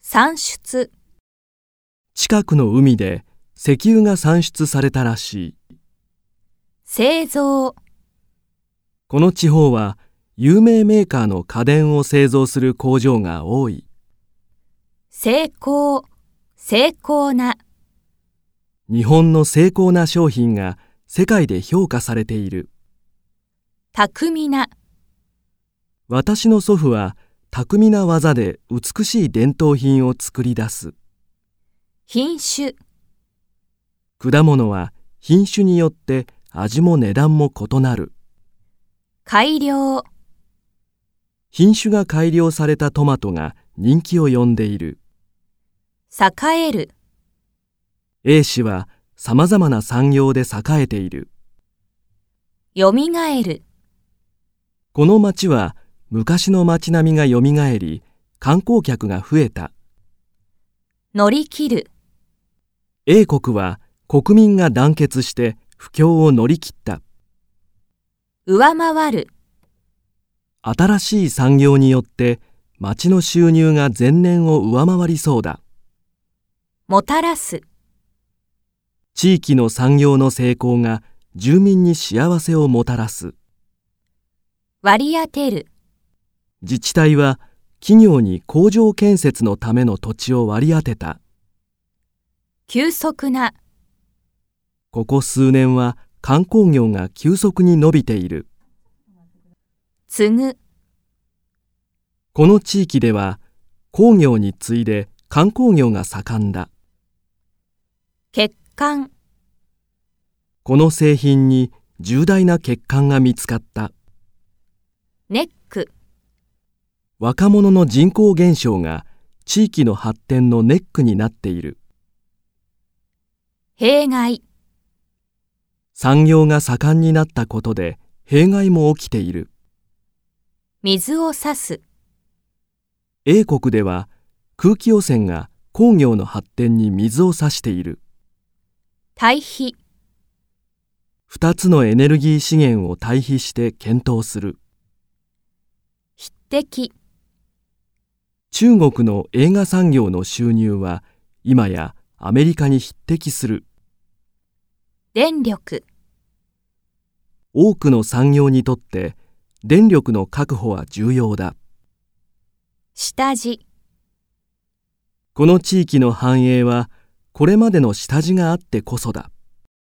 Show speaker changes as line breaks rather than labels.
産出、
近くの海で石油が産出されたらしい。
製造、
この地方は有名メーカーの家電を製造する工場が多い。
成功、成功な、
日本の精巧な商品が世界で評価されている。
巧みな、
私の祖父は巧みな技で美しい伝統品を作り出す。
品種、
果物は品種によって味も値段も異なる。
改良、
品種が改良されたトマトが人気を呼んでいる。
栄える、
A 氏は様々な産業で栄えている。
よみがえる、
この町は昔の町並みが蘇り、観光客が増えた。
乗り切る、
英国は国民が団結して不況を乗り切った。
上回る、
新しい産業によって町の収入が前年を上回りそうだ。
もたらす、
地域の産業の成功が住民に幸せをもたらす。
割り当てる、
自治体は企業に工場建設のための土地を割り当てた。
急速な、
ここ数年は観光業が急速に伸びている。
継ぐ、
この地域では工業に次いで観光業が盛んだ。
欠陥、
この製品に重大な欠陥が見つかった。
ネック、
若者の人口減少が地域の発展のネックになっている。
弊害、
産業が盛んになったことで弊害も起きている。
水を差す、
英国では空気汚染が工業の発展に水を差している。
対比、
二つのエネルギー資源を対比して検討する。
匹敵、
中国の映画産業の収入は今やアメリカに匹敵する。
電力、
多くの産業にとって電力の確保は重要だ。
下地、
この地域の繁栄はこれまでの下地があってこそだ。